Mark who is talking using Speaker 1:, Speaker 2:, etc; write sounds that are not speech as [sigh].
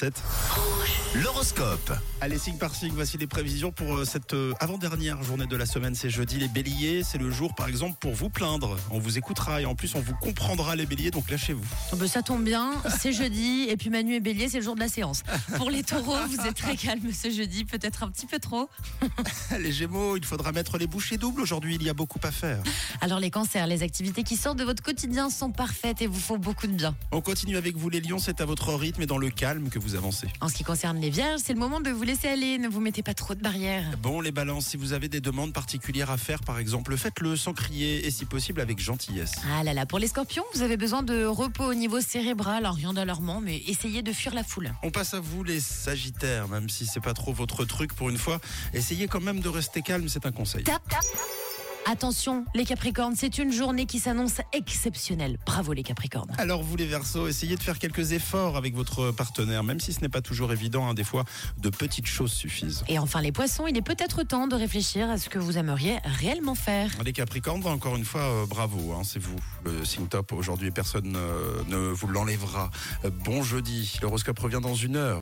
Speaker 1: Tête. L'horoscope. Allez, signe par signe, voici les prévisions pour euh, cette euh, avant-dernière journée de la semaine. C'est jeudi, les béliers. C'est le jour, par exemple, pour vous plaindre. On vous écoutera et en plus, on vous comprendra, les béliers, donc lâchez-vous. [laughs]
Speaker 2: Oh ben, ça tombe bien, c'est jeudi, et puis Manu et Bélier, c'est le jour de la séance. Pour les taureaux, vous êtes très calme ce jeudi, peut-être un petit peu trop.
Speaker 1: Les gémeaux, il faudra mettre les bouchées doubles aujourd'hui. Il y a beaucoup à faire.
Speaker 2: Alors les cancers, les activités qui sortent de votre quotidien sont parfaites et vous font beaucoup de bien.
Speaker 1: On continue avec vous, les lions. C'est à votre rythme et dans le calme que vous avancez.
Speaker 2: En ce qui concerne les vierges, c'est le moment de vous laisser aller, ne vous mettez pas trop de barrières.
Speaker 1: Bon, les balances, si vous avez des demandes particulières à faire, par exemple, faites-le sans crier et si possible avec gentillesse.
Speaker 2: Ah là là, pour les scorpions, vous avez besoin de repos au niveau cérébral, en rien d'alarmant, mais essayez de fuir la foule.
Speaker 1: On passe à vous les Sagittaires, même si c'est pas trop votre truc pour une fois. Essayez quand même de rester calme, c'est un conseil.
Speaker 2: Tap, tap. Attention, les capricornes, c'est une journée qui s'annonce exceptionnelle. Bravo les capricornes.
Speaker 1: Alors vous les Verseaux, essayez de faire quelques efforts avec votre partenaire, même si ce n'est pas toujours évident. hein. des fois, de petites choses suffisent.
Speaker 2: Et enfin les poissons, il est peut-être temps de réfléchir à ce que vous aimeriez réellement faire.
Speaker 1: Les Capricornes, encore une fois, euh, bravo, hein, c'est vous le signe top aujourd'hui et personne euh, ne vous l'enlèvera. Euh, bon jeudi, l'horoscope revient dans une heure.